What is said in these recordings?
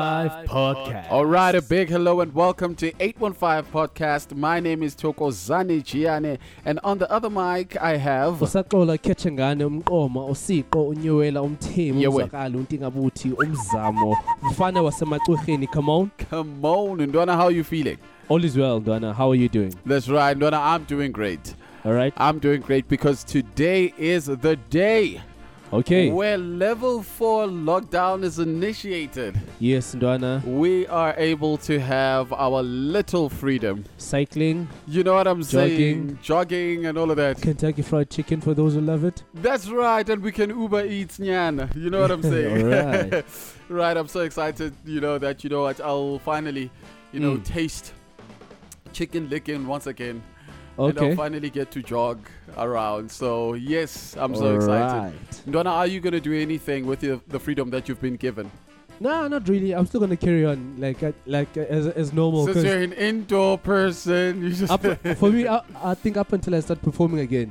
podcast. All right, a big hello and welcome to 815 Podcast. My name is Toko Zani Giane, and on the other mic, I have. usaxola ikhethengane umqoma usiqo unyewela umthemi Yeah, wena. uzakala untingabuthi umzamo mfana wasemacurheni come on Come on, Ndwana, how you feeling? all is well ndwana how are you doing That's right, Ndwana, I'm doing great. all right I'm doing great because today is the day okay where level 4 lockdown is initiated. yes ndwana We are able to have our little freedom. cycling You know what I'm saying? Jogging. Jogging and all of that. kentucky fried chicken for those who love it That's right, and we can Uber Eats Nyan. You know what I'm saying? Alright. Right, I'm so excited, you know, that you know what I'll finally, you know, Mm. taste chicken licking once again. And I'll okay finally get to jog around. So yes, I'm so excited. Alright. Donna, are you gonna do anything with your, the freedom that you've been given? no not really i'm still gonna carry on like I- like uh, as, as normal Since 'cause you're an indoor person, you just up, up, for me I, I think up until i start performing again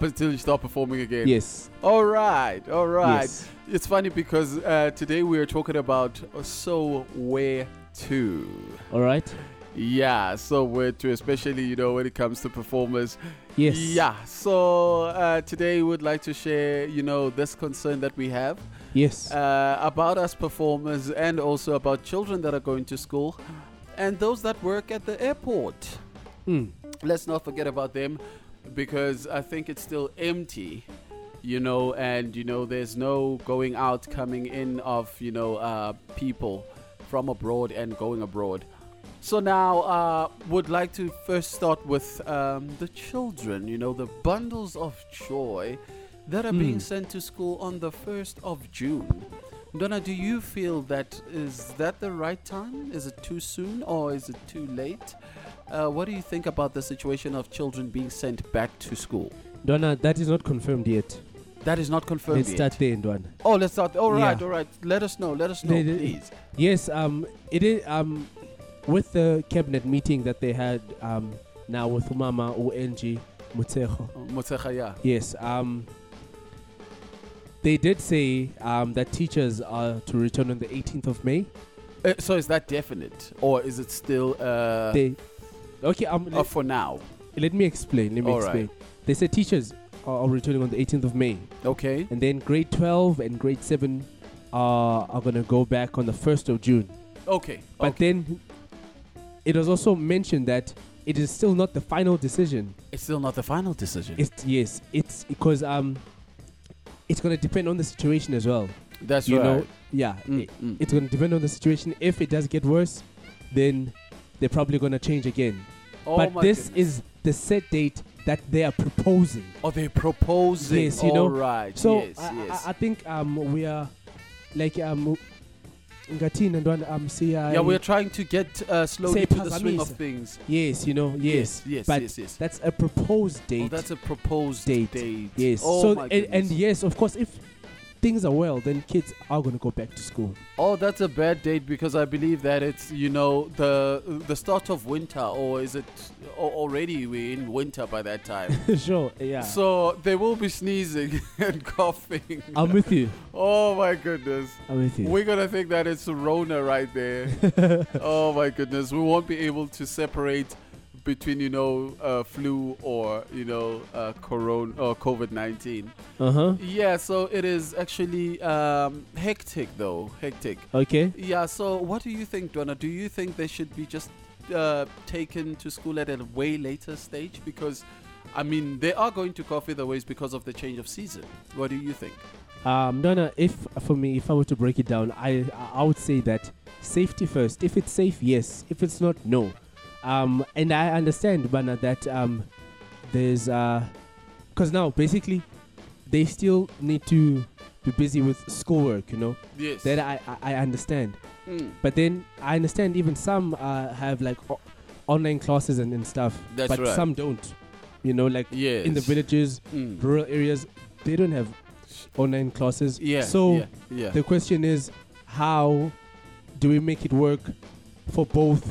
until you start performing again. yes All right, all right. yes It's funny because uh, today we are talking about uh, so where to. all right Yeah, so where to, especially you know when it comes to performers. yes Yeah. So uh, today we would like to share you know this concern that we have yes uh, about us performers and also about children that are going to school and those that work at the airport. Mm. Let's not forget about them because I think it's still empty. You know, and you know, there's no going out, coming in of you know uh, people from abroad and going abroad. So now, uh, would like to first start with um, the children. You know, the bundles of joy that are being Mm. sent to school on the first of June. Donna, do you feel that is that the right time? Is it too soon or is it too late? Uh, what do you think about the situation of children being sent back to school? Donna, that is not confirmed yet. That is not confirmed. Let's yet. start there, Ndwana. Oh, let's start. All Yeah. right, all right. Let us know. Let us know, They- they- please. Yes, um, it is um, with the cabinet meeting that they had um, now with Mama UNG Mutejo. Oh, Motshekga, yeah. Yes, um, they did say um, that teachers are to return on the 18th of May. Uh, so is that definite or is it still uh, they, okay, um, uh, let, for now? let me explain. Let me All right. explain. They said teachers are, are returning on the 18th of May, Okay. and then grade 12 and grade 7 are, are gonna go back on the 1st of June. Okay. But okay. then it was also mentioned that it is still not the final decision. it's still not the final decision. It's yes, it's because um, it's gonna depend on the situation as well. That's you right. know, yeah, Mm, i- mm. it's gonna depend on the situation. If it does get worse, then they're probably gonna change again. oh but my this goodness. is the set date that they are proposing. Oh, they're proposing. Yes, you know. All right. So yes, I, I- yes. I, think um we are like um. Ngatin and one um see yeah, we're trying to get uh, slowly Say to the swing of phazamisa. things. yes you know yes yes, but yes, yes. that's a proposed date Oh, that's a proposed date. Date. Yes. Oh so my and, and goodness. yes, of course, if things are well, then kids are gonna go back to school. oh, that's a bad date because I believe that it's you know the the start of winter, or is it a- already we're in winter by that time? sure. Yeah. So they will be sneezing and coughing. I'm with you. oh my goodness. I'm with you. We're gonna think that it's Rona right there. oh my goodness, we won't be able to separate between you know uh, flu or you know uh, corona or COVID nineteen. Uh huh. Yeah, so it is actually um, hectic though, hectic. Okay. Yeah, so what do you think, Donna? Do you think they should be just uh, taken to school at a way later stage? Because, I mean, they are going to cough either ways because of the change of season. What do you think? Um, Donna, if for me, if I were to break it down, I I would say that safety first. If it's safe, yes. If it's not, no. Um, and I understand, Bana, that um, there's uh, because now basically, they still need to be busy with schoolwork. You know Yes. that I I, I understand. Mm, But then I understand even some uh, have like o- online classes and, and stuff. That's but right. some don't. You know, like yes. in the villages, Mm. rural areas, they don't have online classes. Yeah. So yeah, yeah. the question is, how do we make it work for both?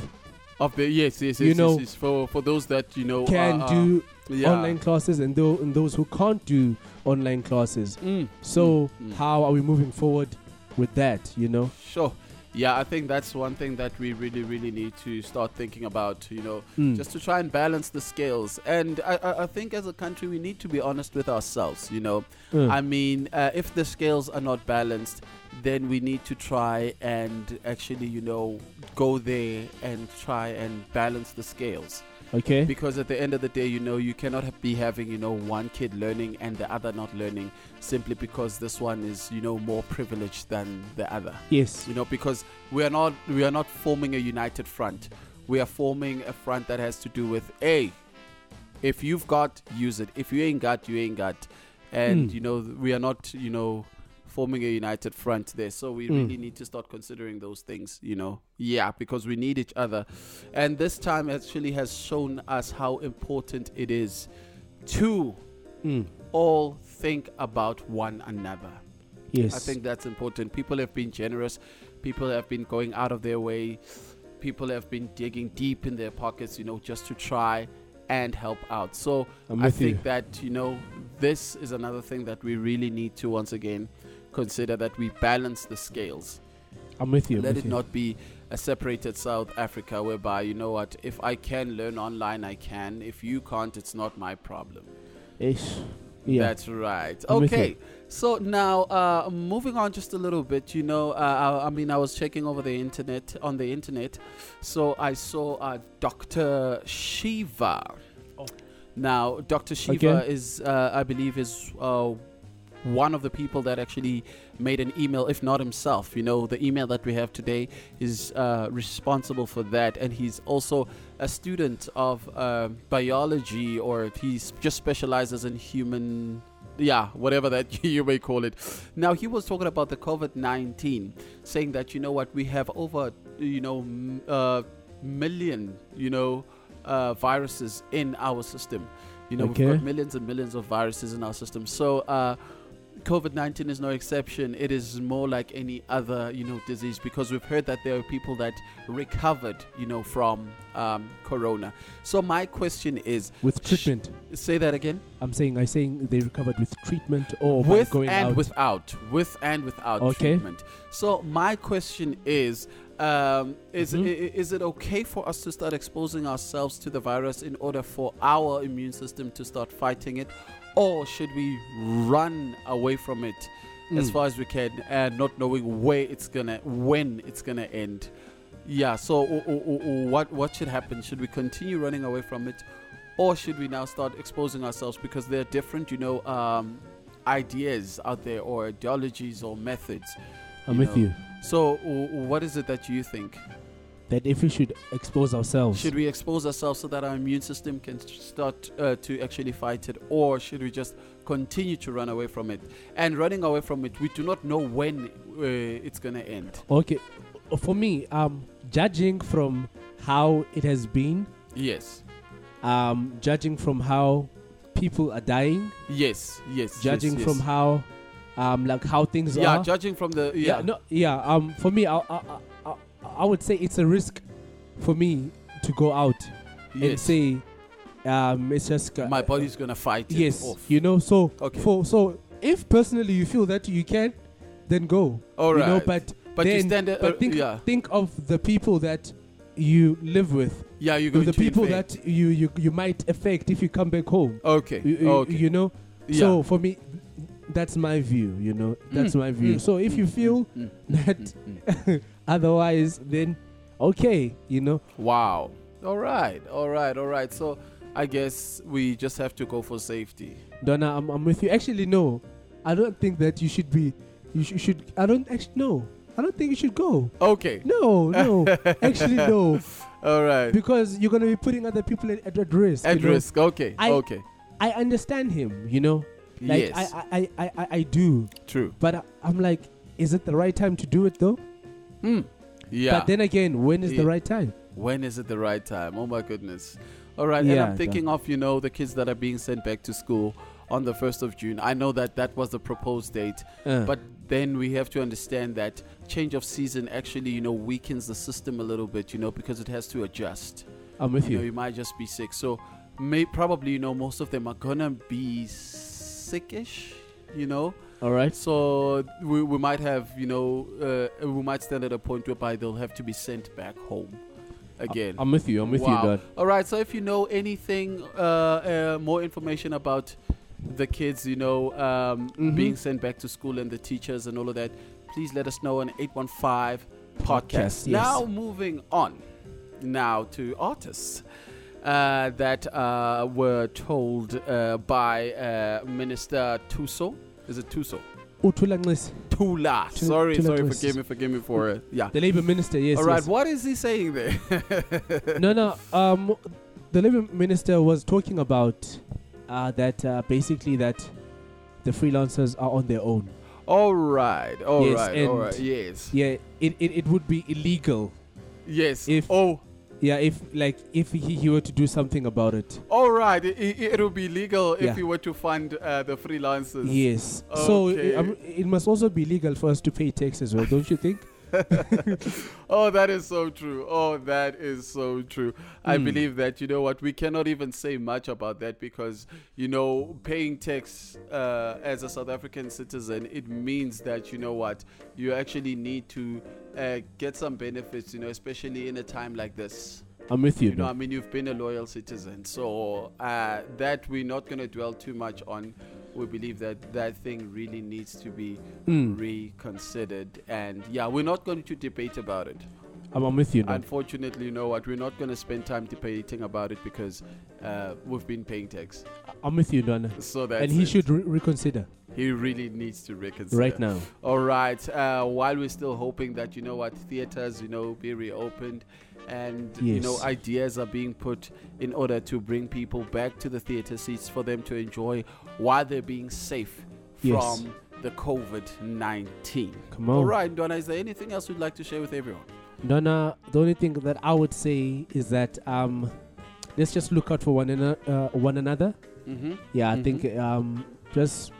of the yes, yes, yes, you yes, know, yes, for for those that you know Can are- are- do Oh, uh, yeah. online classes and, tho- and those who can't do online classes. Mm, So mm, mm. how are we moving forward with that? You know. Sure. yeah, I think that's one thing that we really, really need to start thinking about, you know, Mm. just to try and balance the scales. And I, I, I think as a country, we need to be honest with ourselves, you know. Mm. I mean, uh, if the scales are not balanced, then we need to try and actually, you know, go there and try and balance the scales. okay. Because at the end of the day, you know, you cannot ha- be having, you know, one kid learning and the other not learning simply because this one is, you know, more privileged than the other. yes. You know, because we are not we are not forming a united front. We are forming a front that has to do with a. If you've got, use it. If you ain't got, you ain't got. And Mm. you know, we are not, you know, forming a united front there. So we Mm. really need to start considering those things. You know, yeah, because we need each other. And this time actually has shown us how important it is to Mm. all think about one another. Yes. I think that's important. People have been generous. People have been going out of their way. People have been digging deep in their pockets, you know, just to try and help out. So I'm I with you. think that, you know, this is another thing that we really need to once again consider that we balance the scales. I'm with you. I'm Let with it you. not be a separated South Africa whereby, you know what, if I can learn online, I can. If you can't, it's not my problem. Ish. Yeah. That's right. I'm with okay. So now, uh, moving on just a little bit, you know, uh, I, I mean, I was checking over the internet, on the internet, so I saw uh, Dr. Shiva. Oh. Now, Dr. Shiva Okay. is, uh, I believe, is uh, one of the people that actually made an email, if not himself. You know, the email that we have today is uh, responsible for that, and he's also a student of uh, biology, or he s- just specializes in human, yeah, whatever that you may call it. Now he was talking about the COVID nineteen, saying that you know what we have over you know m- uh, million you know uh, viruses in our system. You know Okay. we've got millions and millions of viruses in our system. So. Uh, COVID 19 is no exception. It is more like any other, you know, disease because we've heard that there are people that recovered, you know, from um, corona. So, my question is With Sh- treatment. say that again? I'm saying. I'm saying they recovered with treatment or by with going and out. without. With and without Okay. treatment. So, my question is. Um, is Mhm. i- i- is it okay for us to start exposing ourselves to the virus in order for our immune system to start fighting it, or should we run away from it as Mm. far as we can and not knowing where it's gonna when it's gonna end yeah so o- o- o- o- what what should happen should we continue running away from it or should we now start exposing ourselves because there are different you know um, ideas out there or ideologies or methods I'm you with know, you. so o- o- what is it that you think That if we should expose ourselves. should we expose ourselves so that our immune system can s- start uh, to actually fight it, or should we just continue to run away from it? And running away from it, we do not know when uh, it's going to end. Okay. For me, um, judging from how it has been, Yes. um, judging from how people are dying, Yes. Yes. judging yes, from yes. how, um, like how things yeah, are. judging from the yeah. yeah, no, yeah. Um, for me, I, I, I, I- I would say it's a risk for me to go out and yes. say, um, it's just ca- my body's going to fight it Yes, off. you know. So Okay. for so if personally you feel that you can, then go. All You right. know, but but you then- stand. uh, but think yeah. think of the people that you live with, Yeah. You're going the to people invade. that you, you you might affect if you come back home. Okay. You, you- okay. you know. yeah. So for me, that's my view. You know, that's Mm, my view. mm, so if you mm, feel mm, that mm, mm. otherwise, then okay. You know. Wow. All right. All right. All right. So I guess we just have to go for safety. Donna, I'm, I'm with you. Actually, no, I don't think that you should be. You sh- should. I don't actually. No, I don't think you should go. Okay. No, no. actually, no, All right. because you're gonna be putting other people at, at risk. you At know. risk. Okay. I- okay. I understand him. You know. Like, yes. I, I, I, I, I do, true. but I, I'm like, is it the right time to do it though? Mm. Yeah. But then again, when is Yeah. the right time? when is it the right time? Oh my goodness. All right. and Yeah, I'm thinking of you know the kids that are being sent back to school on the first of June. I know that that was the proposed date, Uh, but then we have to understand that change of season actually you know weakens the system a little bit. You know because it has to adjust. I'm with you know, you. you might just be sick. So, may probably you know most of them are gonna be sickish, you know, All right. So we, we might have, you know, uh, we might stand at a point whereby they'll have to be sent back home Uh, again. I'm with you. I'm with Wow. you, God. All right. So if you know anything, uh, uh, more information about the kids, you know, um, Mhm. being sent back to school and the teachers and all of that, please let us know on 815 podcast. Podcast, yes. Now moving on now to artists. Uh, that uh, were told uh, by uh, Minister Tuso. Is it Tuso? Utula Nxisi, Tula. Tu- sorry, Tula sorry. Nxisi. Forgive me. Forgive me for it. Yeah. the labor minister. Yes. All right. yes. What is he saying there? no, no. Um, the labor minister was talking about uh, that uh, basically that the freelancers are on their own. All right, all right, Yes, all and- right. Yes, Yeah, it, it, it would be illegal. yes. if- oh, Yeah, if like if he, he were to do something about it. all right. It, it will be legal Yeah. if we were to fund uh, the freelancers. Yes. So Okay. it, um, it must also be legal for us to pay tax as well, don't you think? Oh, that is so true. Oh, that is so true. I Mm. believe that you know what we cannot even say much about that because you know paying tax uh, as a South African citizen it means that you know what you actually need to uh, get some benefits. You know, especially in a time like this. I'm with you. You know, no. I mean, you've been a loyal citizen, so uh, that we're not going to dwell too much on. We believe that that thing really needs to be Mm. reconsidered, and yeah, we're not going to debate about it. I'm, I'm with you. No. Unfortunately, you know what? We're not going to spend time debating about it because uh, we've been paying tax. I'm with you, Donna. So that's And he it. should re- reconsider He really needs to reconsider right now. All right. Uh, while we're still hoping that you know what theaters, you know, be reopened, and you know Yes. ideas are being put in order to bring people back to the theater seats for them to enjoy while they're being safe Yes. Oh. from the COVID nineteen. Come All on. right, Donna. Is there anything else you'd like to share with everyone? Donna, the only thing that I would say is that um, let's just look out for one, ano- uh, one another. Mm-hmm. Yeah, I Mhm. think um, just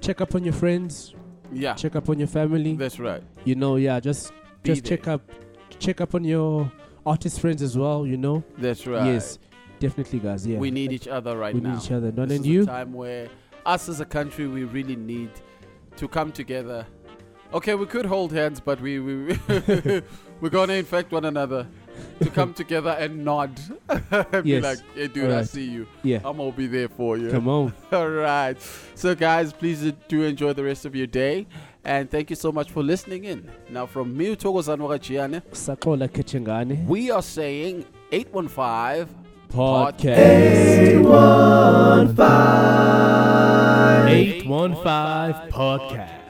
check up on your friends, Yeah, check up on your family. that's right. you know, yeah, just Be just check there. up, check up on your artist friends as well. You know, That's right. yes, definitely, guys. Yeah, we need each other right we now. need each other. Donna This and is a you. time where us as a country we really need to come together. Okay, we could hold hands, but we we we're gonna infect one another to come together and nod. Be Yes. like, hey dude, I Alright. see you. Yeah, I'm gonna be there for you. come on. All right. So guys, please do enjoy the rest of your day, and thank you so much for listening in. Now from me, Utogo Zanwagachiane, Sakola Ketchengane we are saying eight one five. podcast. Eight one five podcast.